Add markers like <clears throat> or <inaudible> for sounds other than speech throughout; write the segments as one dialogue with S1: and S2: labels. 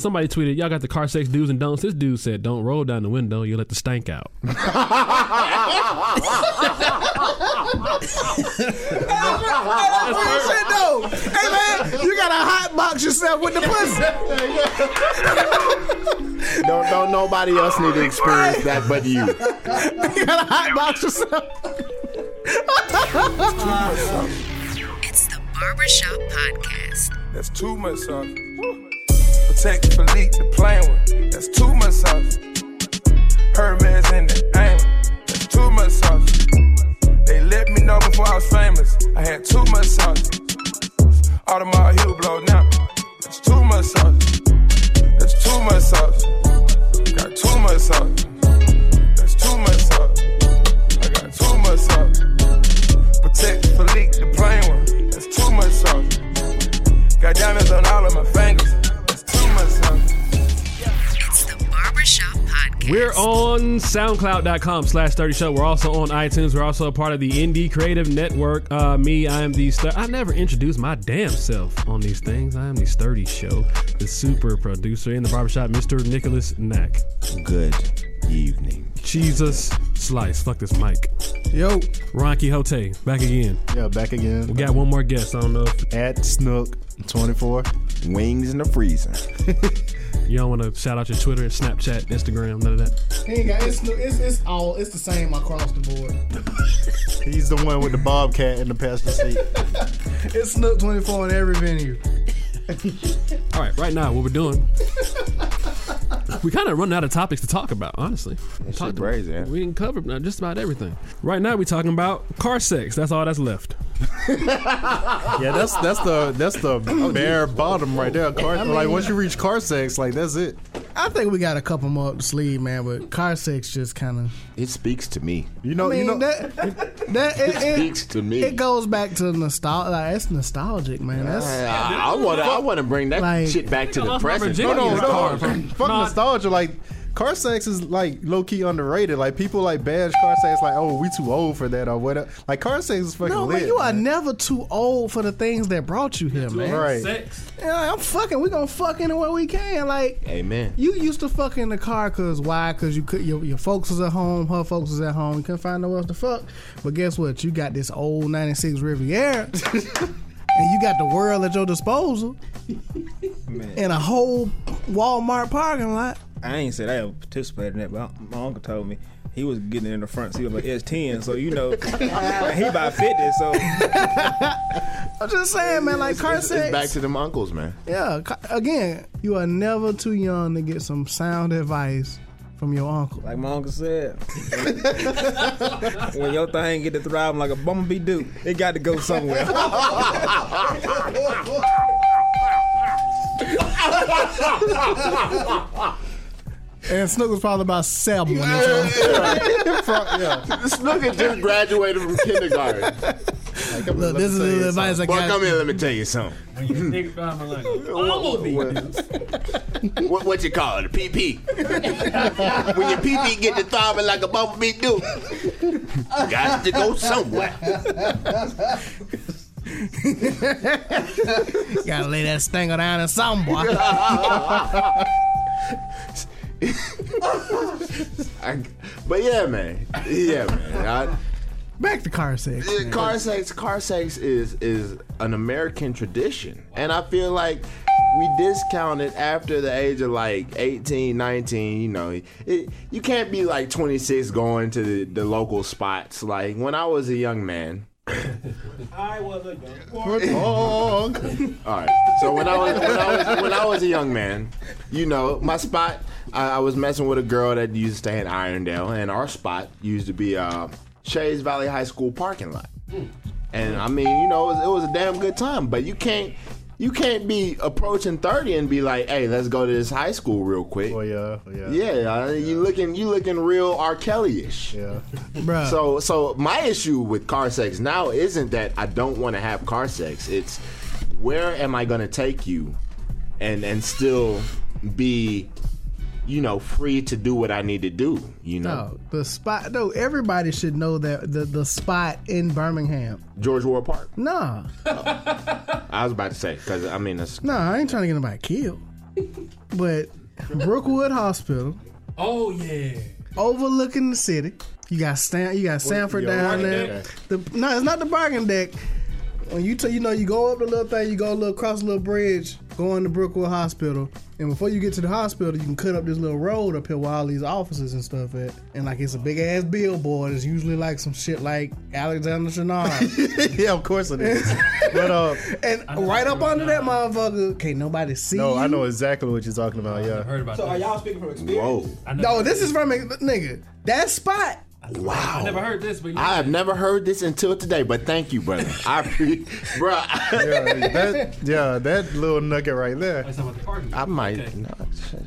S1: Somebody tweeted, "Y'all got the car sex do's and don'ts." This dude said, "Don't roll down the window; you let the stank out."
S2: That's real shit though. Hey man, you gotta hot box yourself with the pussy.
S3: <laughs> Don't, don't nobody else need to experience that but you.
S2: You gotta hot box yourself.
S4: It's the Barbershop Podcast.
S5: That's too much sauce. Protect, delete the plain one. That's too much sauce. Hermes in the aim. That's too much sauce. They let me know before I was famous. I had too much sauce. Automobile heel blow now. That's too much sauce. That's too much sauce. Got too much sauce. That's too much sauce. I got too much sauce. Protect, delete the plain one. That's too much sauce. Got diamonds on all of my fingers. That's too much sauce.
S4: It's the Barbershop
S3: <laughs>
S4: Podcast.
S1: We're on SoundCloud.com slash 30 Show. We're also on iTunes. We're also a part of the Indie Creative Network. Uh, me, I am the... Stur- I never introduced my damn self on these things. I am the Sturdy Show, the super producer in the barbershop, Mr. Nicholas Knack.
S3: Good evening.
S1: Jesus Slice. Fuck this mic.
S2: Yo,
S1: Ron Quixote, back again.
S3: Yeah, back again.
S1: We got one more guest. I don't know if
S3: At Snook 24. Wings in the freezer.
S1: you don't want to shout out your Twitter, Snapchat, Instagram, none of that.
S6: He ain't got it's, it's it's all it's the same across the board.
S3: He's the one with the bobcat in the passenger seat.
S6: It's Snook 24 in every venue.
S1: All right, right now, what we're doing. we kind of running out of topics to talk about, honestly. Talk
S3: shit
S1: to-
S3: crazy, yeah.
S1: We didn't cover uh, just about everything. Right now, we're talking about car sex. That's all that's left.
S3: Yeah, that's that's the that's the bare bottom right there. Car, like once you reach car sex, like that's it.
S6: I think we got a couple more up the sleeve, man. But car sex just kind of.
S3: It speaks to me. You know,
S6: I mean,
S3: you know.
S6: that, that it, it-
S3: speaks to me.
S6: It goes back to nostalgia. Like, it's nostalgic, man. That's
S7: I want to. I want to bring that
S6: Like-
S7: shit back to the present.
S1: Virginia.
S7: Fuck
S3: no,
S1: Yeah, car.
S3: no, fuck nostalgia. Like car sex is like low key underrated. Like people like badge car sex. Like oh, we too old for that or whatever. Like car sex is fucking
S6: no,
S3: lit.
S6: man. You are never too old for the things that brought you here, man.
S3: Right.
S1: Sex.
S6: Yeah, like, I'm fucking. We gonna fuck anywhere we can. Like,
S7: Amen.
S6: You used to fuck in the car, cause why? Cause you could your, your folks was at home, her folks was at home. You couldn't find nowhere else to fuck. But guess what? You got this old '96
S7: <laughs>
S6: Riviera, and you got the world at your disposal, and a whole Walmart parking lot.
S8: I ain't said I ever participated in that, but my uncle told me he was getting in the front seat of an S10, so you know, and he about 50, so
S6: I'm just saying, man. Like car
S7: It's, it's back
S6: sex,
S7: to them
S6: <laughs>
S7: uncles, man.
S6: yeah. ca- Again, you are never too young to get some sound advice from your uncle.
S8: like my uncle said, when your thing get to throbbing like a bumblebee do, it got to go somewhere.
S6: And Snook was probably about seven. when he told me. <laughs>
S7: This nigga just graduated from kindergarten. Boy,
S6: Look, this is the advice I got.
S7: come here. Let me tell you something. What, what you call it? A PP. when your PP get to throbbing like a bumblebee do, got to go somewhere.
S6: Gotta lay that stinger down in some
S7: <laughs>
S6: boy.
S7: I- but yeah, man. Yeah, man. I-
S6: Back to car sex.
S7: Yeah, car sex car sex is is an american tradition and i feel like we discount it after the age of like 18 19 you know it, you can't be like 26 going to the, the local spots like when i was a young man
S8: I was a young boy.
S3: Oh,
S7: all right so when i was when i was, when I was a young man you know my spot I, I was messing with a girl that used to stay in irondale and our spot used to be uh shays valley high school parking lot And I mean, you know, it was, it was a damn good time. But you can't, you can't be approaching thirty and be like, "Hey, let's go to this high school real quick."
S3: oh yeah, yeah,
S7: yeah, I- you looking, you looking real R. Kelly ish.
S3: yeah.
S6: <laughs> Bruh.
S7: So, so my issue with car sex now isn't that I don't want to have car sex. It's where am I going to take you, and and still be, you know, free to do what I need to do. You know,
S6: no, the spot though, everybody should know that the, the spot in Birmingham.
S7: George War Park.
S6: Nah.
S7: I was about to say because I mean, that's
S6: Nah, I ain't trying to get nobody killed. But Brookwood Hospital,
S1: Oh yeah.
S6: overlooking the city. You got Stan, you got Sanford down
S1: bargain
S6: there. The, no, it's not the bargain deck. When you t- you know you go up the little thing, you go a little cross a little bridge, go into Brookwood Hospital, and before you get to the hospital, you can cut up this little road up here where all these offices and stuff at, and like it's a big ass billboard. It's usually like some shit like Alexander
S3: <laughs>
S6: Chenard. <laughs>
S3: yeah, of course it is. but uh,
S6: And right up under that motherfucker, can't nobody see.
S3: no, oh, I
S6: you.
S3: know exactly what you're talking about.
S1: I
S3: Yeah,
S1: heard about
S2: So are
S1: that.
S2: y'all speaking from experience?
S7: Whoa.
S1: I never,
S6: No, this is from a nigga. That spot.
S1: I never
S7: Wow.
S1: heard this, but
S7: I have never heard this until today, but thank you, brother. I pre- bro.
S3: <laughs> yeah, that, yeah, that little nugget right there.
S1: I said about the parking.
S7: I might.
S1: Okay.
S7: No,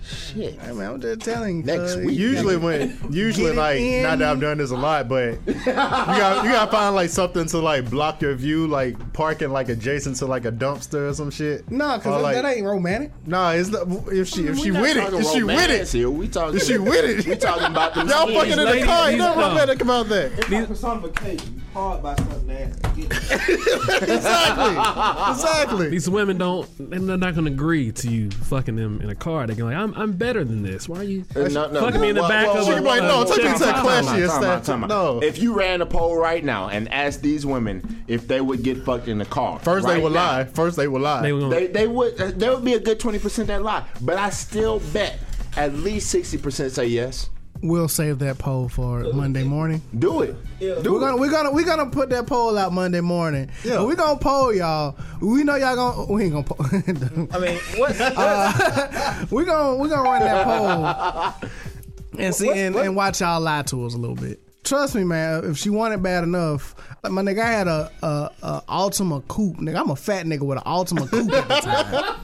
S7: shit.
S6: I mean, I'm just telling.
S7: Next
S6: cuz.
S7: week.
S3: Usually when, usually
S6: Get it
S3: like,
S6: in.
S3: not that I've done this a lot, but you got you gotta find like something to like block your view, like parking like adjacent to like a dumpster or some shit.
S6: Nah,
S3: Or,
S6: cause
S3: like,
S6: that ain't romantic.
S3: Nah, it's not, if she if
S7: We
S3: she
S7: not
S3: with it,
S7: talking
S3: if she with
S7: romance
S3: it,
S7: Here. We talking.
S3: if she with it,
S7: We talking about them
S3: <laughs> Y'all
S7: skins.
S3: fucking in the
S1: ladies,
S3: car. Ain't
S1: these
S3: nothing
S1: dumb.
S3: romantic about that.
S2: These personification, hard by something ass.
S3: <laughs> Exactly. Exactly.
S1: These women don't. They're not gonna agree to you fucking them in a car. They're gonna like, I'm, I'm better than this. Why are you?
S7: No, Uh, no, no.
S1: Fuck me in the
S7: Whoa,
S1: back
S7: whoa,
S1: of
S7: whoa,
S1: a-
S3: She like, no,
S1: uh,
S3: take me to the
S1: Time out,
S3: classy
S7: Time out, time
S3: statue.
S7: out.
S3: No.
S7: If you ran a poll right now and asked these women if they would get fucked in the car,
S3: First they
S7: right
S3: would
S7: now,
S3: lie. First they would lie.
S1: They were gonna.
S7: They they would uh, there would be a good twenty percent that lie, but I still bet at least sixty percent say yes.
S6: We'll save that poll for Monday morning.
S7: Do it.
S6: We're gonna we're gonna we're gonna put that poll out Monday morning.
S3: Yeah.
S6: Yeah. We're gonna poll y'all. We know y'all gonna we ain't gonna poll. <laughs>
S8: I mean, what?
S6: we're gonna we're gonna run that poll and see and, and watch y'all lie to us a little bit. Trust me, man. If she wanted bad enough, like my nigga, I had a a, a Altima coupe. Nigga, I'm a fat nigga with an Altima coupe at the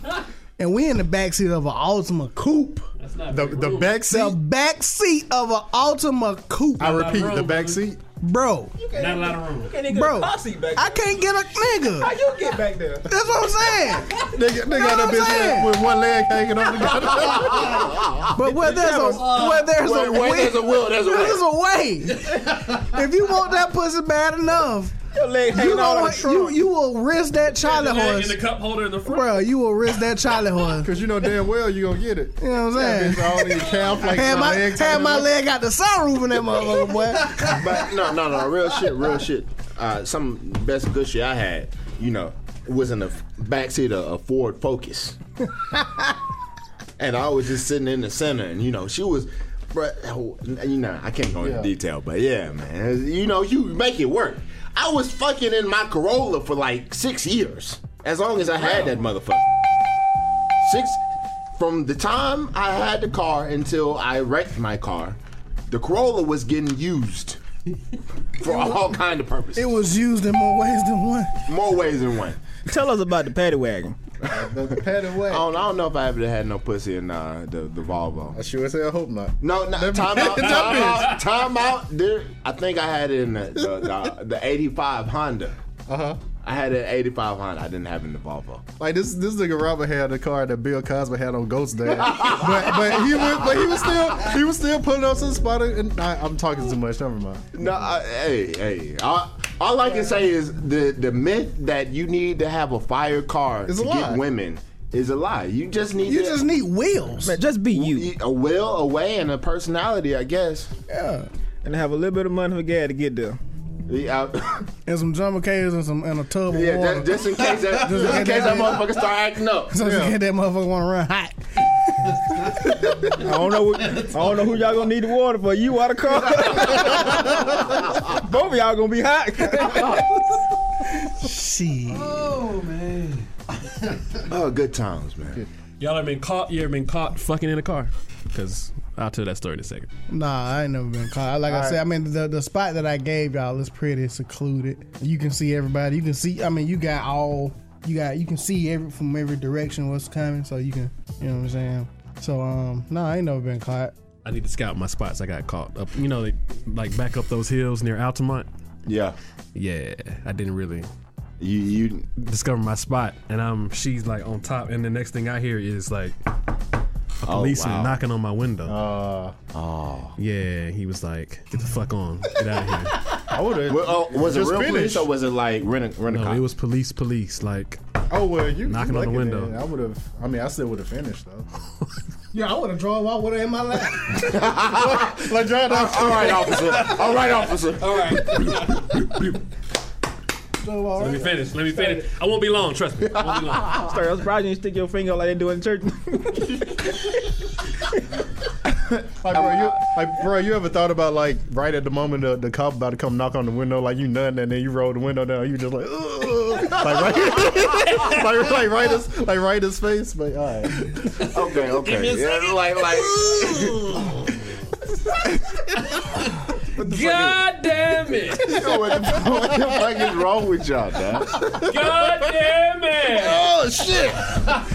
S6: time,
S3: <laughs>
S6: and we in the backseat of an Altima coupe.
S3: The, the back
S6: The
S3: seat.
S6: back seat of an Altima coupe,
S3: I repeat,
S1: room,
S3: the back
S1: brother.
S3: seat.
S6: bro.
S1: Not a lot of room.
S8: Can't even
S6: Bro,
S8: get a car seat back
S6: I
S8: there.
S6: can't get a
S8: How
S6: nigga.
S8: you get back there?
S6: That's what I'm saying.
S8: <laughs>
S3: They, got- they got
S6: Know
S3: that
S6: what
S3: bitch
S6: I'm saying?
S3: with one leg hanging on the
S6: But where there's a where there's
S7: Where,
S6: a
S7: where
S6: way,
S7: there's a will, there's a
S6: there's
S7: way.
S6: a way. if you want that pussy bad enough,
S8: Your leg
S6: you,
S8: hanging
S6: know
S8: out of the
S6: what? you
S8: trunk.
S6: you will risk that Charlie
S1: In
S6: horse,
S1: the cup holder in the front.
S6: bro. You will risk that Charlie horse.
S3: Because you know damn well you gonna get it.
S6: You know what I'm
S3: That bitch
S6: saying?
S3: all in your calf <laughs> like
S6: <laughs> Had my
S3: legs.
S6: had my leg out the sunroof in that motherfucker, boy.
S7: But no, no, no, real shit, real shit. Uh, some best good shit I had, you know, was in the backseat of a Ford Focus, and I was just sitting in the center, and you know, she was. Bruh, oh, you know, I can't go into
S3: Yeah.
S7: detail, but yeah, man, you know, you make it work. I was fucking in my Corolla for like six years, as long as I had that motherfucker. Six, from the time I had the car until I wrecked my car, the Corolla was getting used for all kind of purposes,
S6: It was used in more ways than one.
S7: more ways than one.
S8: Tell us about the paddy wagon.
S3: Pat away.
S7: I don't, I don't know if I ever had no pussy in uh, the the Volvo.
S3: I sure as hell hope not.
S7: No, no,
S3: <laughs> Let me-
S7: time out,
S3: That
S7: time
S3: bitch.
S7: out, time out. There, I think I had it in the the, the, the '85 Honda.
S3: Uh huh.
S7: I had an '85 Honda. I didn't have it in the Volvo.
S3: Like this, this nigga Robert had the car that Bill Cosby had on Ghost
S6: <laughs>
S3: Dad, but but he was but he was still he was still putting up some spot. And I, I'm talking too much. Never mind.
S7: No, I, hey, hey. All, all I can say is the the myth that you need to have a fire car
S3: It's a
S7: to
S3: lie.
S7: get women is a lie. You just need
S6: You
S7: to-
S6: just need wheels.
S8: Man, <laughs> just be you
S7: a will, a way, and a personality. I guess.
S8: and have a little bit of money for gas to get there.
S7: Yeah,
S6: And some jumper cables and some and a tub of
S7: <laughs> yeah,
S6: water.
S7: just, just in case that, just
S6: get
S7: in case
S6: that-
S7: that motherfucker start acting up.
S6: so you get that motherfucker want to run hot.
S8: I don't know. What, I don't know who y'all gonna need the water for. You or the car. Both of y'all gonna be hot.
S6: Shit.
S7: Oh, good times, man.
S1: Y'all have been caught. You ever been caught fucking in a car? Because I'll tell that story in a second.
S6: Nah, I ain't never been caught. Like I said, I mean the the spot that I gave y'all is pretty secluded. You can see everybody. You can see. I mean, you got all. You got. You can see every from every direction what's coming. So you can. You know what I'm saying. So um, no, nah, I ain't never been caught.
S1: I need to scout my spots. I got caught up. You know, like, like back up those hills near Altamont.
S7: Yeah,
S1: Yeah, I didn't really
S7: you you
S1: discover my spot, and I'm she's like on top, and the next thing I hear is like a policeman
S7: oh, wow.
S1: knocking on my window. Oh, yeah, he was like, "Get the fuck on, get out of <laughs> here."
S3: I would have.
S7: Well, oh, was it
S3: Just
S7: real police
S3: finished.
S7: or was it like rent a, rent a
S1: No,
S7: cop?
S1: it was police, police. Like
S3: Oh well, you
S1: Knocking
S3: you
S1: on the
S3: lucky
S1: window.
S3: then. I would have. I mean, I still would have finished though.
S6: Yeah, I would have drove out with her in my lap.
S3: like John,
S7: All right, officer. <laughs> All right, officer.
S1: All right.
S6: Drove all
S1: Let
S6: right.
S1: me finish. Let me finish. I won't be long. Trust me. I won't be long.
S8: I'm <laughs> sorry, I was surprised you didn't stick your finger out like they do in church.
S3: like, bro, you, like, bro, you ever thought about like right at the moment the, the cop about to come knock on the window, like you nothing, and then you roll the window down, you just like, Ugh. like right, <laughs> like, like right, his, like right his face, but all right.
S7: Okay, okay. Yeah, like, like.
S1: God damn it!
S7: Yo, what, the, what the fuck is wrong with y'all, man?
S1: God damn it!
S7: Oh shit!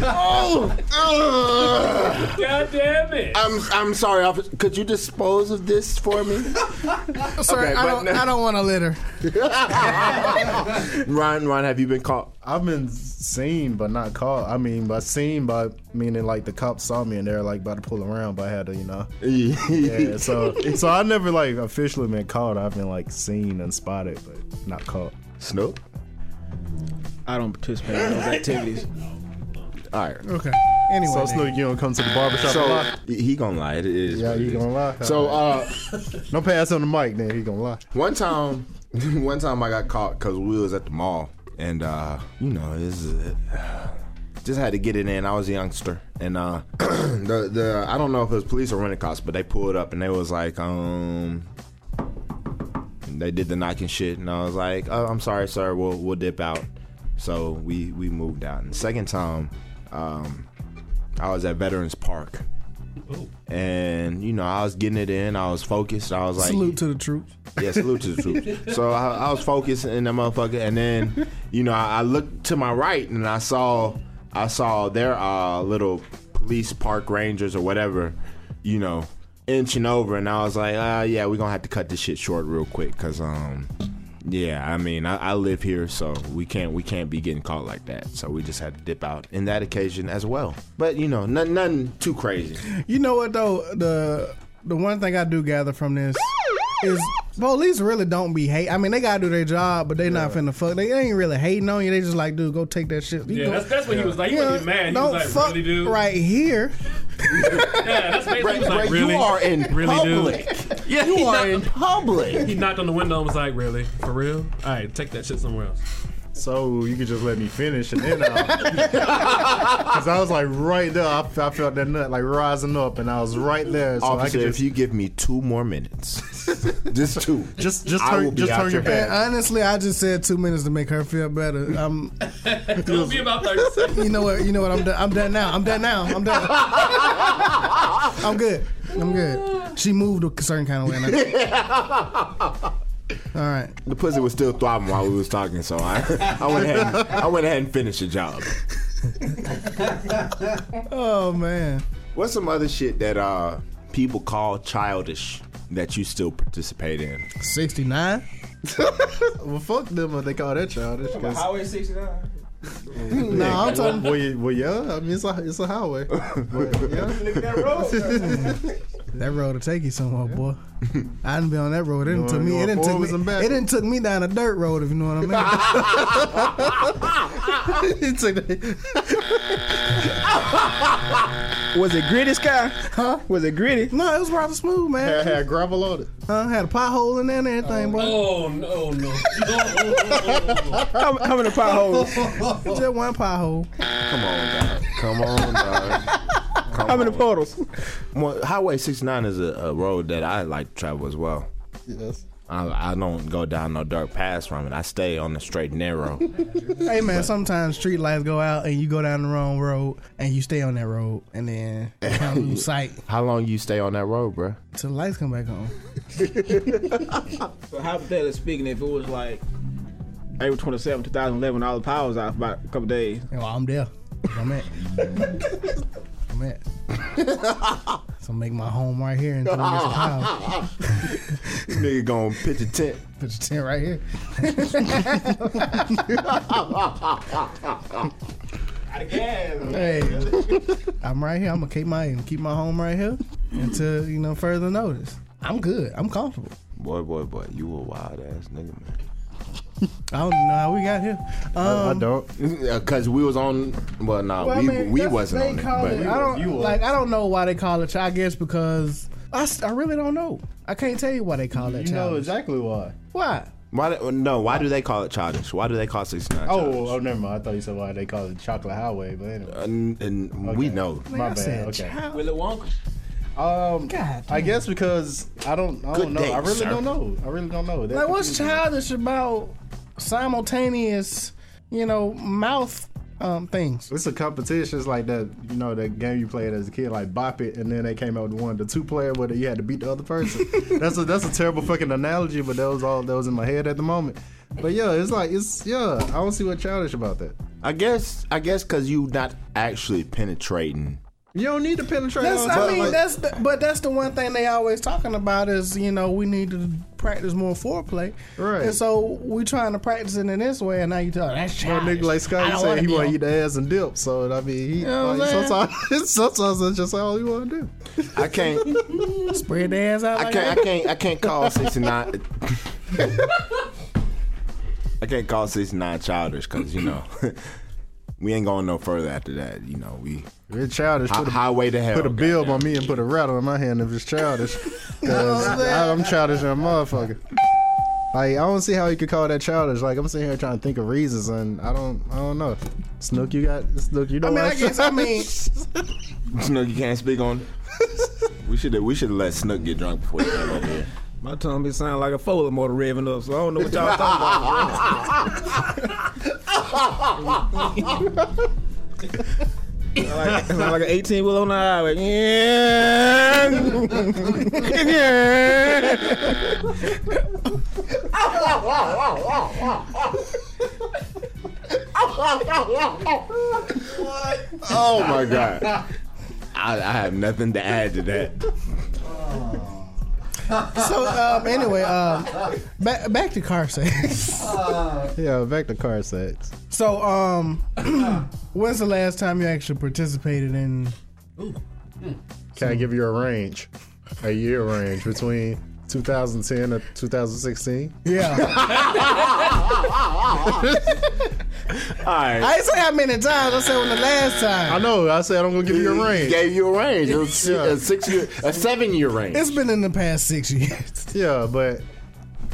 S7: Oh, ugh.
S1: God damn it!
S7: I'm I'm sorry, officer. Could you dispose of this for me?
S6: Sir,
S7: Okay,
S6: I
S7: but
S6: don't,
S7: no-
S6: I don't want to let her.
S7: Ron, Ron, have you been caught?
S3: I've been seen but not caught. I mean, by seen, by meaning like the cop saw me and they're like about to pull around, but I had to, you
S7: <laughs>
S3: know. Yeah, so so I never like officially been caught. I've been like seen and spotted, but not caught.
S7: Snoop.
S8: I don't participate in those activities.
S7: All right.
S6: Okay. Anyway.
S3: So Snoop, you don't come to the barbershop a
S7: So
S3: lot.
S7: Oh, he gonna lie. It is.
S3: Yeah,
S7: what
S3: you
S7: it
S3: gonna
S7: is.
S3: lie.
S7: So uh,
S3: don't pass on the mic, then he gonna lie.
S7: one time, <laughs> one time I got caught because we was at the mall, and uh, you know, this is just had to get it in. I was a youngster, and uh, <clears throat> the the I don't know if it was police or rent a cops, but they pulled up and they was like, um, they did the knocking shit, and I was like, oh, I'm sorry, sir, we'll we'll dip out. So we we moved out. And the second time, um, I was at Veterans Park. And you know, I was getting it in. I was focused. I was like,
S6: Salute to the troops.
S7: yeah, salute to the troops. So I, I was focused in that motherfucker, and then you know I, I looked to my right and I saw I saw their uh, little police park rangers or whatever, you know, inching over, and I was like, uh, yeah, we're gonna have to cut this shit short real quick, cause um, yeah, I mean I, I live here, so we can't we can't be getting caught like that. So we just had to dip out in that occasion as well. But you know, nothing, nothing too crazy.
S6: You know what though? The the one thing I do gather from this is police really don't be hate. I mean, they gotta do their job, but they not finna fuck. They ain't really hating on you. They just like, dude, go take that shit. You
S1: Yeah,
S6: go-
S1: that's, that's what he was like. He
S6: Yeah,
S1: wasn't mad. He
S6: don't
S1: was like,
S6: fuck
S1: really, dude?
S6: right here.
S1: Yeah, that's basically he was like,
S7: Right,
S1: really?
S7: You are in
S1: Really, dude?
S7: public.
S1: <laughs> Yeah,
S7: You
S1: he,
S7: are
S1: knocked,
S7: in public.
S1: he knocked on the window and was like, really? For real? All right, take that shit somewhere else.
S3: So you can just let me finish, and then I'll.
S7: <laughs>
S3: Cause I was like right there, I, I felt that nut like rising up, and I was right there. So I
S7: Officer,
S3: could
S7: if
S3: just
S7: you give me two more <laughs> minutes, just two,
S3: just just
S7: I will
S3: turn
S7: be
S3: just
S7: out
S3: turn your
S7: your
S3: back.
S6: And honestly, I just said two minutes to make her feel better. Um,
S1: It'll be about 30 seconds.
S6: you know what? You know what? I'm done. I'm done now. I'm done now. I'm done. I'm good. I'm good. She moved a certain kind of way.
S1: <laughs>
S6: Now. All right.
S7: the pussy was still throbbing while we was talking, so I, I went ahead, and- I went ahead and finished the job.
S6: Oh man.
S7: What's some other shit that uh people call childish that you still participate in?
S6: 69?
S3: <laughs> Well, fuck them if they call that childish. 'cause-
S8: Highway 69.
S6: No, I'm talking.
S3: well, yeah, well, yeah, I mean it's a it's a
S6: <laughs>
S3: highway. But, yeah.
S8: That
S3: <laughs>
S8: road.
S6: That road will take you somewhere, boy. I didn't be on that road. It didn't
S3: Going-
S6: took me. It
S3: going
S6: didn't took
S3: forwards and
S6: me.
S3: backwards.
S6: It didn't took me down a dirt road, if you know what I mean.
S3: <laughs> It's like-
S8: Was it gritty, Sky? Huh? Was it gritty?
S6: no, it was rather smooth,
S3: I <laughs>
S6: man.
S3: had gravel on it.
S6: Huh? Had a pothole in there and everything, boy.
S1: Oh, no, no.
S8: How, how many potholes? Oh.
S6: Just one pothole.
S7: Come on, dog. Come on, dog. Come
S8: How many
S7: on.
S8: portals?
S7: Well, Highway 69 is a, a road that I like to travel as well.
S3: Yes.
S7: I, I don't go down no dark paths from it. I stay on the straight and <laughs> narrow.
S6: Hey man, sometimes street lights go out and you go down the wrong road and you stay on that road and then you kind of lose sight
S7: How long you stay on that road, bruh?
S6: till the lights come back on.
S8: So hypothetically speaking, if it was like April 27, 2011, all the power was out for about a couple
S7: <laughs>
S8: days.
S6: And well, I'm there. That's where I'm at. I'm at. So make my home right here until I miss the power.
S7: Nigga gonna pitch a tent.
S6: Put your tent right here. Hey, I'm right here. I'm gonna keep my keep my home right here until you know further notice. I'm good. I'm comfortable.
S7: Boy, boy, boy, you a wild ass nigga, man.
S6: I don't know how we got here.
S3: I
S6: Um,
S3: don't.
S7: Because Uh, we was on. Well, nah,
S6: Well, I
S7: we
S6: mean,
S7: we
S6: that's-
S7: wasn't
S6: they
S7: on it.
S6: call
S7: But
S6: it- I don't
S3: you was.
S6: like. I don't know why they call it. ch- I guess because I, s- I really don't know. I can't tell you why they call it
S3: You know
S6: challenge.
S3: exactly why.
S6: why?
S7: why? do- No, why do they call it childish? Why do they call sixty nine?
S3: Oh, oh, never mind. I thought you said why they call it Chocolate Highway, but anyway.
S7: and, and we know.
S3: My
S6: I
S3: bad.
S6: said
S3: okay.
S6: child.
S8: Willy Wonka.
S3: Um,
S6: God
S3: I guess because I don't, I
S7: Good
S3: don't know.
S7: day,
S3: I really
S7: sir.
S3: don't know. I really don't know. That
S6: Like, what's
S3: confuses me.
S6: childish about simultaneous, you know, mouth um, things?
S3: It's a competition. It's like that, you know, that game you played as a kid, like Bop It, and then they came out with one, the two player, where you had to beat the other
S6: <laughs>
S3: person. that's a that's a terrible fucking analogy, but that was all that was in my head at the moment. But yeah, it's like it's yeah. I don't see what childish about that.
S7: I guess I guess because you not actually penetrating.
S3: You don't need to penetrate.
S6: That's,
S3: all the
S6: I
S3: time,
S6: mean,
S3: like-
S6: that's the, but that's the one thing they always talking about is you know we need to practice more foreplay,
S3: Right.
S6: And so we trying to practice it in this way, and now you tell that's
S3: Well,
S6: childish.
S3: nigga like
S6: I
S3: Scott
S6: don't
S3: said,
S6: wanna
S3: he
S6: be
S3: want
S6: on-
S3: to eat the ass and dip. So I mean, he
S6: know what
S3: like,
S6: I'm saying?
S3: sometimes <laughs> sometimes that's just all he want to do.
S7: I can't.
S6: spread the ass out.
S7: I
S6: like
S7: can't. I can't. I can't call sixty nine. I can't call sixty nine childish because you know <laughs> we ain't going no further after that. You know we
S3: We're childish.
S7: hi-
S3: Put a,
S7: highway to hell.
S3: put a bill on me and put a rattle in my hand if it's
S6: <laughs>
S3: childish. 'Cause I- I'm childish and a motherfucker. Like I don't see how you could call that childish. Like I'm sitting here trying to think of reasons, and I don't. I don't know. Snook, you got Snook. You
S6: I
S3: don't
S6: mean, I
S3: like
S6: guess I mean,
S7: God. <laughs> Snook, you can't speak on. <laughs> we should. We should let Snook get drunk before he came over here.
S8: My tongue be sounding like a Foley motor revving up, so I don't know what y'all talking about. like, sound like an 18 wheel on the highway. Yeah. yeah.
S7: <laughs> Oh my god. I, I have nothing to add to that.
S6: so um, anyway, um, back back to car sex.
S3: <laughs> Yeah, back to car sex.
S6: <laughs> So um, <clears throat> when's the last time you actually participated in?
S3: Can I give you a range? A year range between 2010 and 2016. <laughs>
S6: Yeah,
S7: All right.
S6: I didn't say how many times. I said when the last
S3: I
S6: time.
S3: know. I said I'm gonna give you a range.
S7: Gave you a range. It was
S3: Yeah.
S7: a six year, a seven year range.
S6: It's been in the past six years. <laughs>
S3: Yeah, but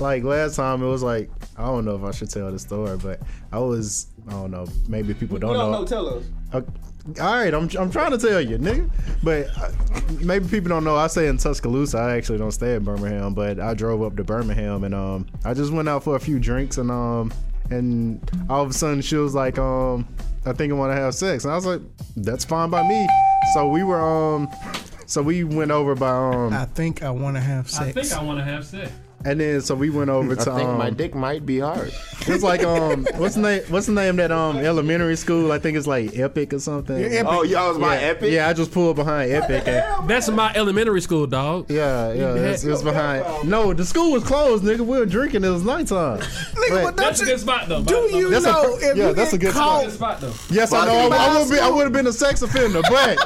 S3: like last time it was like I don't know if I should tell the story, but I was I don't know maybe people don't, know.
S8: tell us.
S3: Okay, all right, I'm I'm trying to tell you, nigga. But uh, maybe people don't know. I stay in Tuscaloosa. I actually don't stay in Birmingham, but I drove up to Birmingham and um I just went out for a few drinks and um and all of a sudden she was like um I think I want to have sex and I was like that's fine by me. So we were um so we went over by um
S6: I think I want to have
S1: I
S6: sex.
S1: think I want to have sex.
S3: and then so we went over
S7: <laughs> I
S3: to
S7: think
S3: um,
S7: my dick might be hard.
S3: It's
S7: <laughs>
S3: like um, what's the name? What's the name that um elementary school? I think it's like Epic or something.
S6: Epic.
S7: Oh, y'all was my
S3: yeah,
S7: epic.
S3: Yeah, I just pulled behind Epic. And,
S1: That's my elementary school, dog.
S3: yeah, yeah, it's, it's behind. No, the school was closed, nigga. We were drinking. It was
S6: <laughs>
S3: nighttime.
S6: Nigga,
S3: But-
S6: but
S1: That's
S6: that's
S1: a good spot though.
S6: do you
S3: That's a-
S6: know if
S3: yeah,
S6: you
S3: that's
S6: get
S3: a good
S6: caught?
S1: Good spot though.
S3: Yes, I know. I, I would be. I would have been a sex offender,
S6: <laughs>
S3: but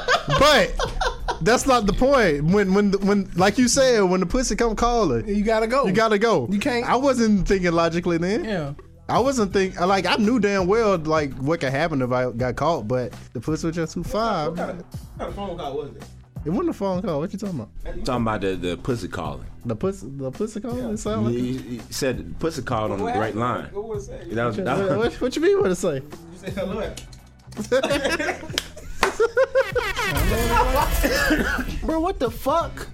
S3: but that's not the point. When when the- when like you said, when the pussy come calling,
S6: You gotta go.
S3: you gotta go.
S6: You can't-
S3: I wasn't thinking logically then.
S6: Yeah.
S3: I wasn't think like I knew damn well like what could happen if I got caught, but the pussy was just too far.
S8: What kind of phone call was it?
S3: It wasn't a phone call. What you talking about?
S7: Talking about the, the pussy calling.
S3: The pussy, the pussy call. It sound
S7: You,
S3: like.
S7: you- you said pussy called on the right line.
S8: was that?
S7: That was, that
S3: What,
S7: was-
S3: what, what you mean? What it say? <laughs>
S8: You said hello.
S7: bro, what the fuck?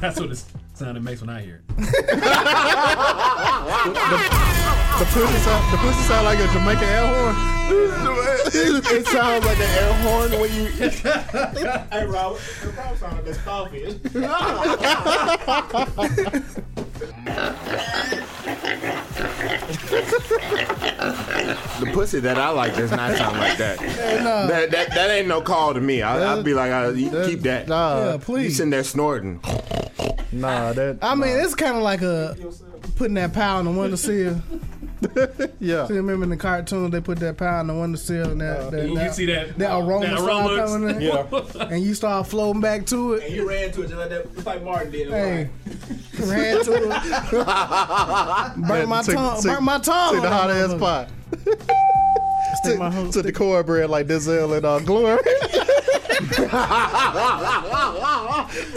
S1: That's what the sound it makes when I hear it.
S3: The pussy sound. The pussy sound like a Jamaican air horn. <laughs>
S7: it, it sounds like an air horn when <laughs> you.
S8: Hey, Robert. Your phone sounded like coffee.
S7: The pussy that I like does not sound like
S3: <laughs>
S7: that. That, that, that ain't no call to me. I, I'd be like, I, you keep that.
S3: Nah,
S6: Yeah,
S7: You
S6: please.
S7: sitting there snorting.
S3: nah. That.
S6: I mean, it's kind of like a putting that power on the window sill.
S3: yeah.
S6: See, remember in the cartoons they put that power on the window sill and that, that,
S1: Uh, You
S6: that-
S1: see that- uh,
S6: that aroma,
S1: that
S6: start
S1: aroma.
S6: coming in,
S7: Yeah.
S6: <laughs> and you start floating back to it.
S7: <laughs>
S8: And you ran to it just like that, just like Martin did.
S6: Hey, Ran to
S3: <laughs>
S6: it. burnt my
S3: Took-
S6: tongue.
S3: took-
S6: burnt my tongue.
S3: Took the
S6: on
S3: hot
S6: that
S3: ass
S6: motherfucker.
S3: pot.
S6: Stick my whole-
S3: Took, took the cornbread like Denzel and uh, Glory.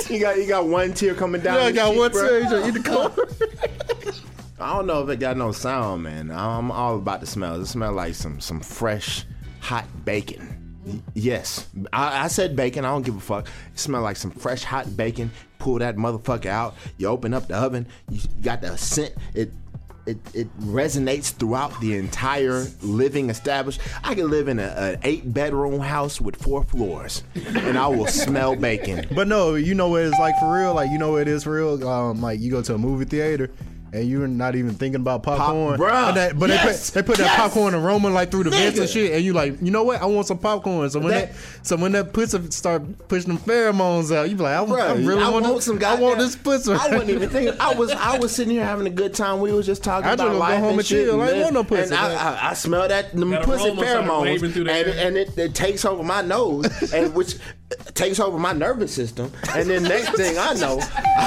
S7: You got you got one tear coming down.
S3: I
S7: your
S3: got
S7: cheek,
S3: one
S7: bro.
S3: tear. You just eat the corn.
S7: I don't know if it got no sound, man. I'm all about the smells. It smell like some some fresh, hot bacon. Y- Yes, I, I said bacon. I don't give a fuck. It smell like some fresh, hot bacon. Pull that motherfucker out. You open up the oven. You got the scent. It. It, it resonates throughout the entire living establishment. I could live in a- an eight bedroom house with four floors, and I will smell bacon.
S3: But no, you know what it's like for real. Like you know what it is for real. Um, like you go to a movie theater. And you're not even thinking about popcorn,
S7: bruh.
S3: But, that, but they
S7: Yes.
S3: put, they put that
S7: Yes.
S3: popcorn aroma like through the vents and
S7: Nigga.
S3: shit, and you like, you know what? I want some popcorn. So when
S7: That-
S3: that, so when that pussy start pushing them pheromones out, you be like, I,
S7: Bruh,
S3: I really
S7: I
S3: want,
S7: want,
S3: this-
S7: some
S3: I
S7: goddamn.
S3: want this pussy.
S7: I wasn't even thinking. I
S3: <laughs>
S7: was I was sitting here having a good time. We was just talking
S3: I just gonna go
S7: about life
S3: home and
S7: and shit.
S3: chill. I ain't
S7: live.
S3: want no pussy,
S7: And I,
S3: man.
S7: I, I smell that them
S1: That
S7: pussy
S1: aroma started waving
S7: pheromones,
S1: through
S7: and,
S1: the air.
S7: and it, it takes over my nose, and which takes over my nervous system. And
S3: <laughs>
S7: then next thing I know, <laughs>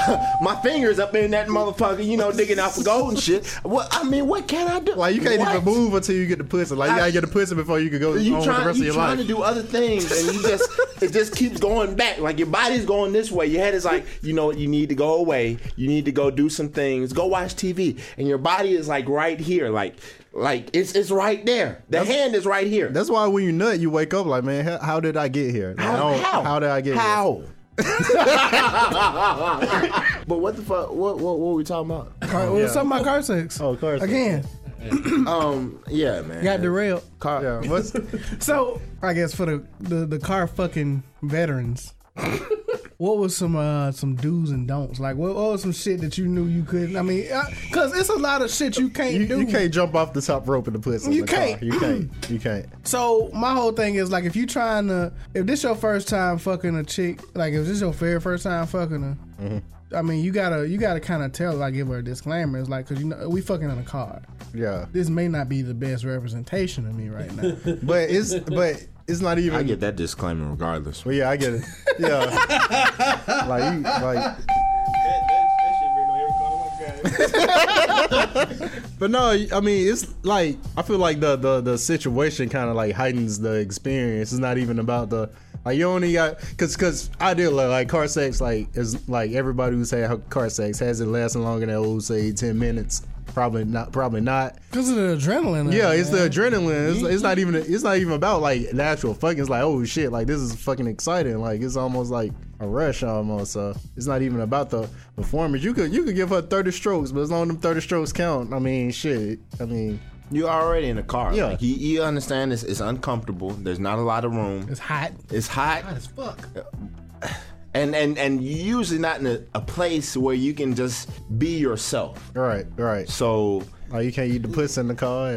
S7: my fingers up in that motherfucker, you know, digging out for gold and shit. What I mean, what can I do?
S3: <laughs> Like you can't
S7: What?
S3: even move until you get the pussy. Like you
S7: I-
S3: gotta get the pussy before you can go
S7: You
S3: on with
S7: trying,
S3: the rest
S7: you
S3: of your
S7: trying
S3: life.
S7: to do other things, and you just
S3: <laughs>
S7: it just keeps going back. Like your body's going this way, your head is like, you know, what, you need to go away. You need to go do some things. Go watch TV, and your body is like right here, like like it's it's right there. The hand is right here.
S3: That's why when you nut, you wake up like, man, how, how did I get here? Like, I
S7: how,
S3: don't-
S7: how
S3: did I get here? <laughs>
S7: how. but what the fuck? What what what we talking about?
S6: Car, well, Something about car sex.
S3: Oh, car sex.
S6: Again,
S7: <laughs> Um, yeah, man.
S6: got derailed.
S7: Car-
S3: Yeah, what's,
S7: <laughs>
S6: So I guess for the the, the car fucking veterans, what was some uh some do's and don'ts? Like what, what was some shit that you knew you couldn't? I mean, uh, cause it's a lot of shit you can't
S3: you,
S6: do.
S3: you can't jump off the top rope in the pussy. in
S6: You
S3: the car.
S6: can't.
S3: You can't. You can't.
S6: So my whole thing is like, if you trying to, if this your first time fucking a chick, like if this your very first time fucking her,
S3: Mm-hmm.
S6: I mean, you gotta you gotta kind of tell, like, give her a disclaimer. It's like, cause you know we fucking in a car.
S3: Yeah,
S6: This may not be the best representation of me right
S3: <laughs>
S6: now.
S3: but it's but it's not even.
S7: I get that disclaimer regardless.
S3: Well, yeah, I get it.
S7: <laughs>
S3: Yeah, like you, like. But no, I mean it's like I feel like the the, the situation kind of like heightens the experience. It's not even about the like you only got because because ideally like car sex like is like everybody who's had car sex has it lasting longer than old say ten minutes. Probably not. Probably not.
S6: Cause of the adrenaline. of
S3: Yeah,
S6: it,
S3: it's
S6: man.
S3: the adrenaline. It's, it's not even. It's not even about like the actual fucking. It's like oh shit, like this is fucking exciting. Like it's almost like a rush almost. So it's not even about the performance. You could you could give her thirty strokes, but as long as them thirty strokes count, I mean shit. I mean
S7: You're already in the car.
S3: Yeah.
S7: Like, you, you understand this? It's uncomfortable. There's not a lot of room.
S6: It's hot.
S7: It's hot. as fuck. <sighs> And and and you're usually not in a, a place where you can just be yourself.
S3: all right, all right.
S7: So
S3: Like you can't eat the puss in the car.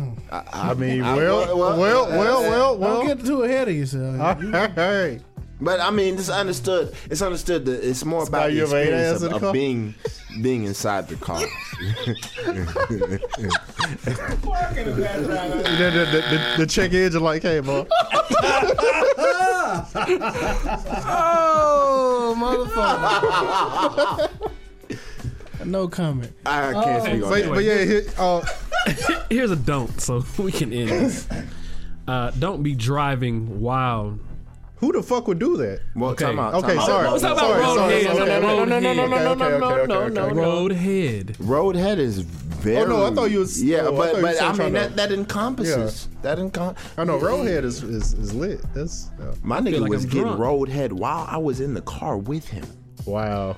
S3: And, I, mean
S7: I-
S3: well,
S7: well,
S3: well, well, well, well,
S6: Don't get too ahead of
S3: <laughs>
S6: yourself.
S3: all right.
S7: But I mean, it's understood. It's understood that it's more
S3: why
S7: about the
S3: you ever ate ass
S7: experience
S3: in
S7: of,
S3: the
S7: of
S3: car?
S7: being being inside
S3: <laughs>
S7: the car.
S3: The, the, the, the, the check engine like, hey, bro. Oh,
S6: No comment.
S7: I can't speak on
S3: But,
S7: that.
S3: but yeah, hit, uh,
S1: Here's a don't, so <laughs> we can end this. Uh, don't be driving wild.
S3: who the fuck would do that?
S7: Well,
S1: Okay.
S7: time out.
S3: Okay,
S7: time out.
S3: sorry.
S1: What's up about
S3: sorry,
S1: road
S3: sorry,
S1: head?
S3: sorry.
S1: No, no, no, no, no, no, no,
S3: Okay, okay, okay, okay, okay.
S1: Roadhead.
S7: Roadhead is very.
S3: Oh, no, I thought you was-
S7: Yeah,
S3: oh, I
S7: but
S3: thought you was
S7: but
S3: still
S7: I mean
S3: trying to-
S7: that that encompasses that encom.
S3: I know Roadhead is, is, is lit. That's uh, yeah.
S7: My
S1: feel
S7: nigga
S1: like
S7: was
S1: I'm
S7: getting
S1: drunk.
S7: roadhead while I was in the car with him.
S3: wow,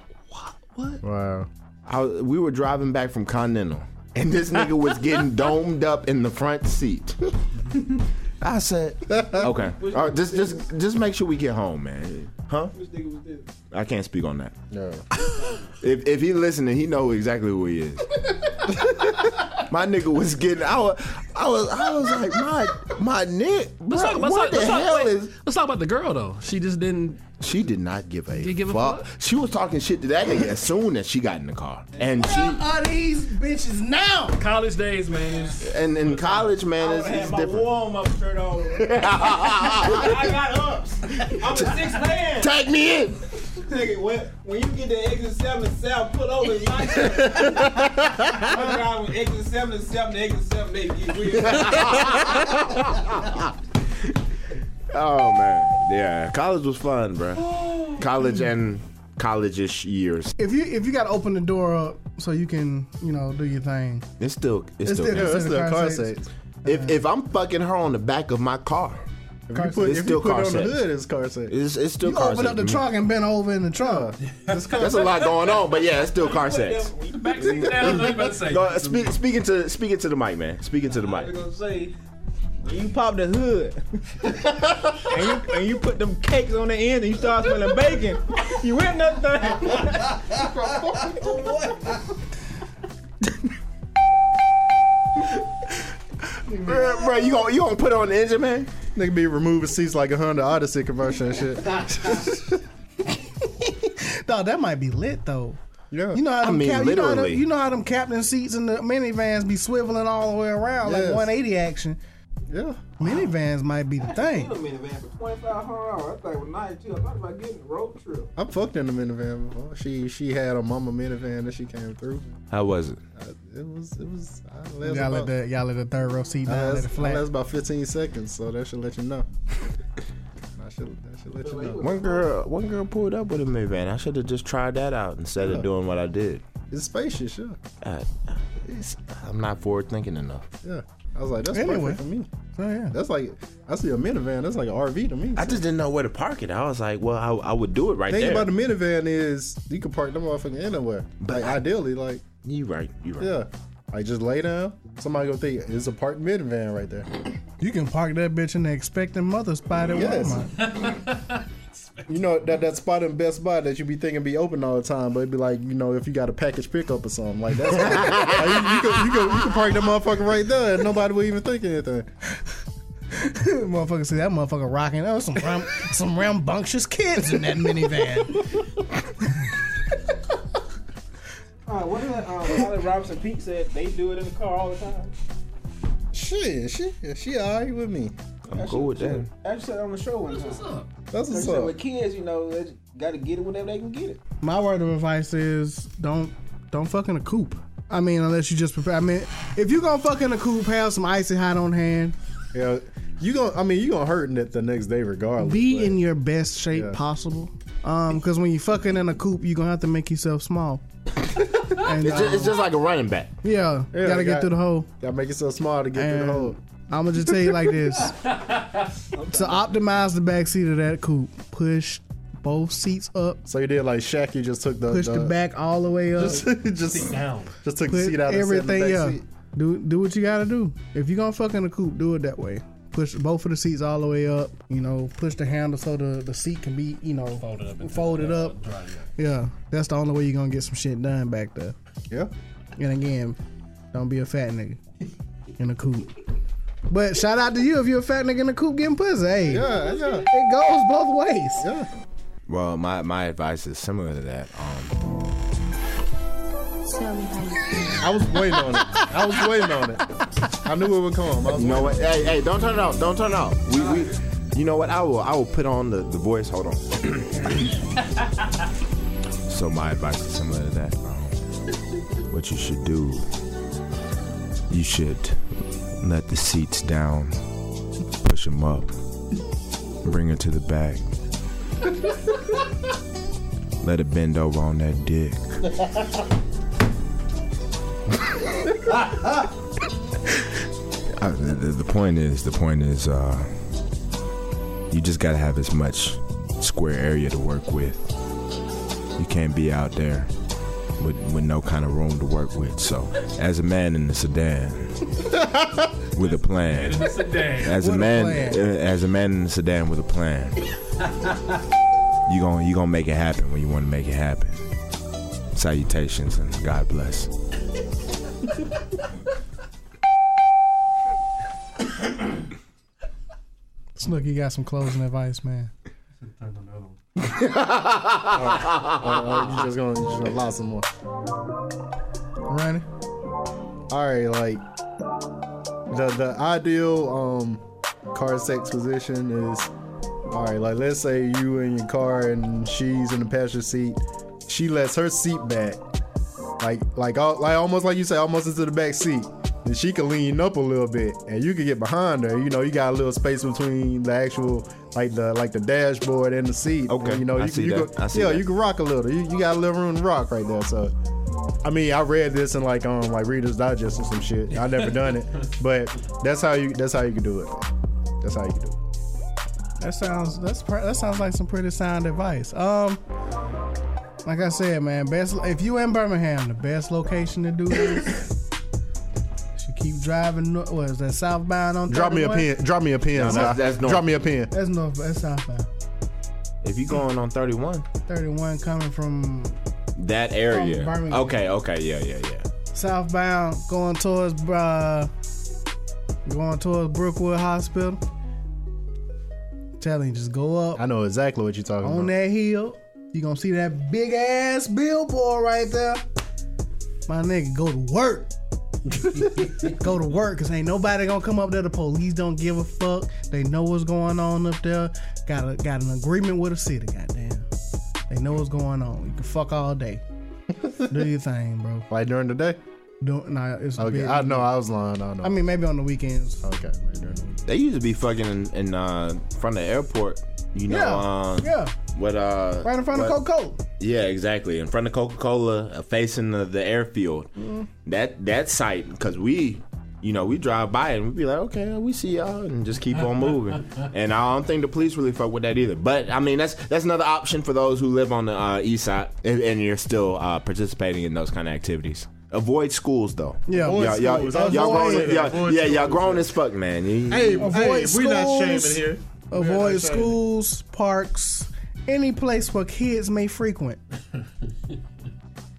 S7: What?
S3: wow.
S7: I, we were driving back from Continental, and this nigga was
S1: <laughs>
S7: getting domed up in the front seat. I said, okay, all right, just just just make sure we get home, man. Huh? I can't speak on that.
S3: No.
S7: <laughs> If if he listening, he know exactly who
S1: <laughs>
S7: he is. my nigga was getting. I was I was I was like my my nigga.
S1: Let's talk, let's talk,
S7: what the
S1: let's talk-
S7: hell
S1: wait,
S7: is?
S1: let's talk about the girl though. She just didn't.
S7: She did not give a,
S1: Did give a
S7: fuck.
S1: fuck?
S7: She was talking shit to that nigga as soon as she got in the car, and she.
S6: Are these bitches now?
S1: College days, man. It's,
S7: And in college, man, it's, it's different. Ah,
S8: warm up shirt on. I got ups. I'm a six man.
S7: Tag me in.
S8: Nigga, when, when you get to exit 7 South, pull over and light it. I'm driving exit 7 to 7 to exit 7, they get weird.
S7: Oh man, yeah. College was fun, bro. College and college-ish years.
S6: If you if you gotta open the door up so you can you know do your thing.
S7: It's still, it's, still.
S3: Yeah, that's the
S6: Car
S3: car
S6: seats.
S3: seats.
S7: If if I'm fucking her on the back of my car,
S3: If you put,
S7: seats.
S3: if
S7: It's
S3: you
S7: still
S3: put
S7: car
S3: it on the
S7: seats.
S3: hood, it's car seats.
S7: it's it's still
S6: You
S7: car
S6: open
S7: seats
S6: up the
S7: to me.
S6: trunk and bent over in the trunk.
S7: That's a lot going on, but yeah, it's still car seats.
S8: That's <laughs> what
S1: Back <laughs> seat down, I was about to say.
S7: No, speak, speaking to speaking to the mic, man. Speaking to the
S8: I'm
S7: mic.
S8: gonna say. When you pop the hood and, you, and you put them cakes on the end and you start smelling bacon, you win nothing.
S7: Bro, bro, you gonna you gonna put it on the engine, man?
S3: Nigga be removing seats like a Honda Odyssey commercial and shit.
S6: Dog, that might be lit though.
S3: Yeah.
S6: You know how them
S7: mean,
S6: cap- you know how them,
S7: literally.
S6: you know how them captain seats in the minivans be swiveling all the way around
S3: Yes.
S6: like 180 action.
S3: yeah.
S6: Minivans might be the thing.
S8: Wait a minute, man. For 25 hundred hours, I thought with 92, I thought about getting a road trip.
S3: I fucked in the minivan before. She she had a mama minivan that she came through.
S7: How was it?
S3: I, it was it was. I last
S6: Y'all let
S3: about,
S6: the y'all let the third row seat
S3: I
S6: down, let
S3: last,
S6: it
S3: I last
S6: flat.
S3: about 15 seconds, so that should let you know. I should that should let you know.
S7: One girl, one girl pulled up with a minivan. I should have just tried that out instead of doing what I did.
S3: It's spacious, yeah.
S7: I, it's, I'm not forward thinking enough.
S3: Yeah. I was like, that's
S6: Anyway.
S3: perfect for me.
S6: So, yeah.
S3: That's like I see a minivan. That's like an RV to me.
S7: I just didn't know where to park it. I was like, well, I, I would do it right
S3: Thing
S7: there.
S3: about the minivan is you can park them motherfucker anywhere.
S7: But
S3: like
S7: I-
S3: ideally, like
S7: you right, you right.
S3: yeah, like just lay down. Somebody gonna think it's a parked minivan right there.
S6: You can park that bitch in the expecting mother spot at
S3: Yes.
S6: Walmart.
S3: You know that that spot in Best Buy that you be thinking be open all the time, but it'd be like you know if you got a package pickup or something like that. like, you, you, could, you, could, you could park that motherfucker right there, and nobody would even think anything.
S6: motherfucker see that motherfucker rocking. There was
S3: <laughs>
S6: some ram- some rambunctious kids in that minivan.
S8: Uh, what is that? Um, Holly Robinson Peak said they do it in the car all the time.
S3: Shit, she she alright with me.
S7: I'm cool with that.
S8: Actually, said on the show one time.
S3: That's
S8: She
S3: what's
S8: said
S3: up.
S8: with kids, you know, they got to get it whenever they can get it.
S6: My word of advice is don't don't fuck in a coupe. I mean, unless you just prepare. I mean, if you gonna fuck in a coupe, have some icy hot on hand.
S3: Yeah, you gonna I mean you gonna hurt it the next day regardless.
S6: Be
S3: but-
S6: in your best shape
S3: Yeah.
S6: possible. Um, because when you fucking in a coupe, you gonna have to make
S3: <laughs>
S6: yourself small. and
S7: It's just,
S6: um,
S7: it's just like a running back.
S6: yeah,
S3: Yeah,
S6: gotta get
S3: got-
S6: through the hole.
S3: Gotta make it so small to get through the hole.
S6: I'm gonna just tell you
S3: <laughs>
S6: like this: to optimize the back seat of that coupe, push both seats up,
S3: So you did like Shaq. You just took the
S6: push the back all the way up,
S3: Just <laughs> just
S1: down.
S3: just took the
S6: <laughs> put
S3: seat out. and
S6: everything
S3: sat in the
S6: up.
S3: back seat.
S6: Do do what you gotta do. If you gonna fuck in a coupe, do it that way. Push both of the seats all the way up. You know, push the handle so the, the seat can be you know
S1: Fold it up and-
S6: folded up. Yeah, that's the only way you're gonna get some shit done back there.
S3: Yeah.
S6: And again, don't be a fat nigga in a coupe. But shout out to you if you're a fat nigga in a coupe getting pussy. Hey,
S3: Yeah, yeah,
S6: it goes both ways.
S3: yeah.
S7: Well, my, my advice is similar to that. Um,
S3: I was waiting on it. I was waiting on it. I knew it would come. I was
S7: you know what? Hey, hey, don't turn it off. Don't turn it off. We, we, you know what? I will I will put on the, the voice. Hold on. so my advice is similar to that. Um, what you should do, you should let the seats down, push them up, bring it to the back. Let it bend over on that dick. I, the, the point is, the point is, uh, you just gotta have as much square area to work with. You can't be out there with with no kind of room to work with. So, as a man in
S6: <laughs>
S7: the sedan, with a plan,
S1: It's a day.
S7: as a
S6: With a
S7: man,
S6: plan.
S7: uh, as a man in the sedan with a plan, you gon' you gonna make it happen when you want to make it happen. Salutations and God bless.
S6: Snook, you got some closing advice, man.
S3: like, you just gonna, you just gonna lie some more.
S6: Running.
S3: All right, like the the ideal um car sex position is All right, like let's say you in your car and she's in the passenger seat. She lets her seat back, like like all, like almost like you say, almost into the back seat. And she can lean up a little bit, and you can get behind her. You know, you got a little space between the actual like the like the dashboard and the seat.
S7: Okay,
S3: you know,
S7: I
S3: you,
S7: see
S3: you
S7: that.
S3: Can,
S7: I see
S3: yeah,
S7: that.
S3: you can rock a little. You, you got a little room to rock right there. So, I mean, I read this in like um like Reader's Digest or some shit. I never done
S7: <laughs>
S3: it, but that's how you that's how you can do it. That's how you can do it.
S6: That sounds that's pr- that sounds like some pretty sound advice. Um, like I said, man, best if you in Birmingham, the best location to do this. <coughs> should keep driving. nor- What is that southbound on?
S3: Drop me a
S6: 31?
S3: pin. Drop me a pin.
S7: No, that's-
S3: Sai.
S7: that's normal.
S3: Drop me a pin.
S6: That's north. That's southbound.
S7: If you going on 31,
S6: Thirty-one coming from
S7: that
S6: From
S7: area.
S6: Birmingham.
S7: Okay, okay, yeah, yeah, yeah.
S6: southbound, going towards uh, going towards Brookwood Hospital. Telling you, just go up
S3: I know exactly what you're talking
S6: on
S3: about.
S6: that hill. You gonna see that big ass billboard right there. My nigga, go to
S3: <laughs>
S6: work. go to work, cause ain't nobody gonna come up there. The police don't give a fuck. They know what's going on up there. Got a, got an agreement with the city. Goddamn, they know what's going on. You can fuck
S3: <laughs>
S6: all day. Do your thing, bro.
S3: Like during the day.
S6: Don't nah, it's
S3: Okay.
S6: big.
S3: I know. I was lying. I know.
S6: I mean, maybe on the weekends.
S2: Uh,
S3: okay. Like during the week.
S7: They used to be fucking in, in uh, front of the airport. You know,
S6: Yeah,
S7: uh,
S6: yeah,
S7: what? Uh,
S6: right in front
S7: what-
S6: of Coco.
S7: Yeah, exactly. In front of Coca Cola, uh, facing the, the airfield. That that site, because we, you know, we drive by and we be like, okay, we see y'all, and just keep on moving. and I don't think the police really fuck with that either. But I mean, that's that's another option for those who live on the uh, east side and, and you're still uh, participating in those kind of activities. Avoid schools though.
S6: Yeah. Avoid
S7: y'all, y'all,
S3: schools.
S7: y'all, grown,
S3: Avoid-
S7: y'all-
S3: avoid
S7: yeah, y'all
S3: schools.
S7: grown as fuck, man. You-
S2: Hey,
S6: Avoid
S2: hey, we not
S6: schools.
S2: shaming here. We're not
S6: Avoid
S2: shaming.
S6: schools, parks, any place where kids may
S2: <laughs>
S6: frequent.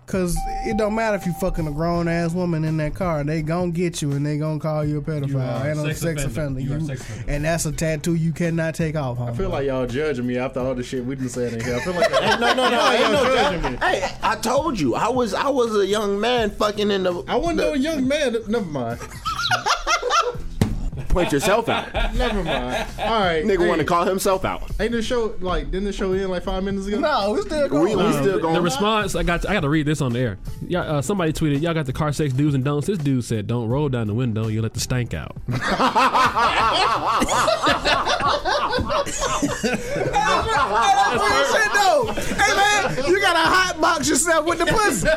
S6: Cause it don't matter if you fucking a grown ass woman in that car, they gon' get you and they gon' call you a pedophile
S1: You are a
S6: and a
S1: sex
S6: sex
S1: offender.
S6: offender.
S1: You are a
S6: You-
S1: sex offender.
S6: and that's a tattoo you cannot take off. Homie.
S3: I feel like y'all judging me after all the shit we done said in here. I feel like
S7: <laughs>
S3: no, no, no,
S7: ain't no
S3: judging me.
S7: Hey, I told you, I was I was a young man fucking in the.
S3: I wasn't no young man. Never mind.
S7: Point yourself out.
S3: Never mind. All right.
S7: Nigga
S3: hey,
S7: want to call himself out.
S3: Ain't the show like didn't the show end like five minutes ago?
S6: no, we still
S7: We,
S6: going. <laughs>
S7: we still
S1: The
S7: going.
S1: response I got I got to read this on the air. Yeah, uh, somebody tweeted, "Y'all got the car sex do's and don'ts." This dude said, "Don't roll down the window. You let the stank out."
S2: That's real shit though. Hey man, you gotta hot box yourself with the pussy.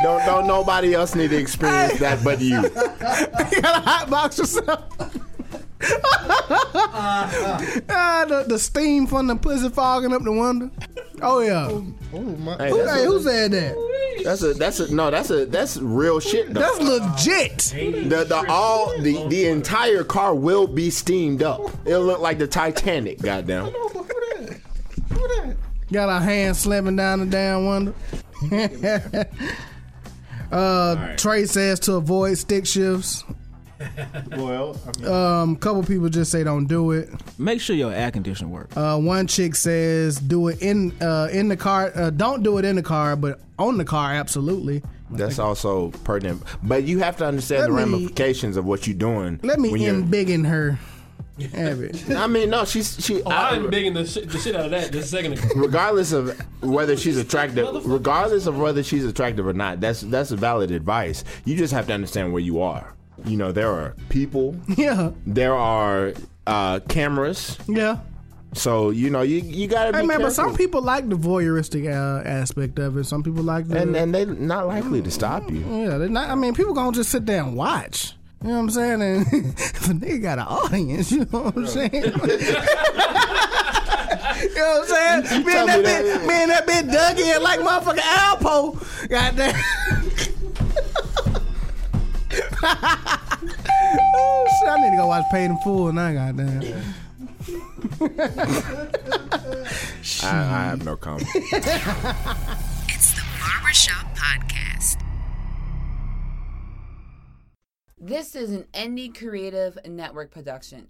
S7: <laughs> don't don't nobody else need to experience that but you.
S2: You gotta hot box yourself.
S3: Uh-huh.
S6: Ah, the, the steam from the pussy fogging up the window. Oh yeah,
S7: Hey,
S6: hey,
S7: that's,
S6: who said that?
S7: a, that's a that's a no that's a that's real shit. Though.
S6: That's legit.
S7: the the all the the entire car will be steamed up. It'll look like the Titanic. Goddamn.
S6: Got our hands slamming down the damn window. <laughs> Uh,
S7: All right.
S6: Trey says to avoid stick shifts.
S3: Well, I mean,
S6: Um, couple people just say don't do it.
S8: Make sure your air conditioner works.
S6: Uh, one chick says do it in uh, in the car. Uh, don't do it in the car, but on the car, absolutely.
S7: That's also pertinent, but you have to understand
S6: Let
S7: the
S6: me-
S7: ramifications of what you're doing.
S6: Let me
S7: when you're-
S6: embiggen her.
S7: <laughs>
S6: Abbott.
S7: I mean, no, she's she. I-
S1: I'm digging the, shit the shit out of that just a second ago.
S7: regardless of whether she's attractive, regardless of whether she's attractive or not, that's that's valid advice. You just have to understand where you are. You know, there are people,
S6: yeah,
S7: there are uh, cameras,
S6: yeah.
S7: so you know you you gotta be
S6: Hey man, but
S7: careful.
S6: some people like the voyeuristic uh, aspect of it. Some people like the
S7: and and they not likely to stop you.
S6: yeah. They not. I mean, people gonna just sit there and watch. You know what I'm saying? And <laughs> if a nigga got an audience, you know what I'm
S7: <laughs>
S6: saying? <laughs> you know what I'm saying? Me
S7: tell
S6: and
S7: me
S6: that, bit,
S7: that, yeah.
S6: me and that bit dug in like motherfucking Alpo. Goddamn. <laughs> Ooh, Oh, Shit, I need to go watch Paid in Full now, goddamn.
S7: I, I have no comment.
S6: <laughs>
S4: It's the Barbershop Podcast.
S9: This is an Indie Creative Network production.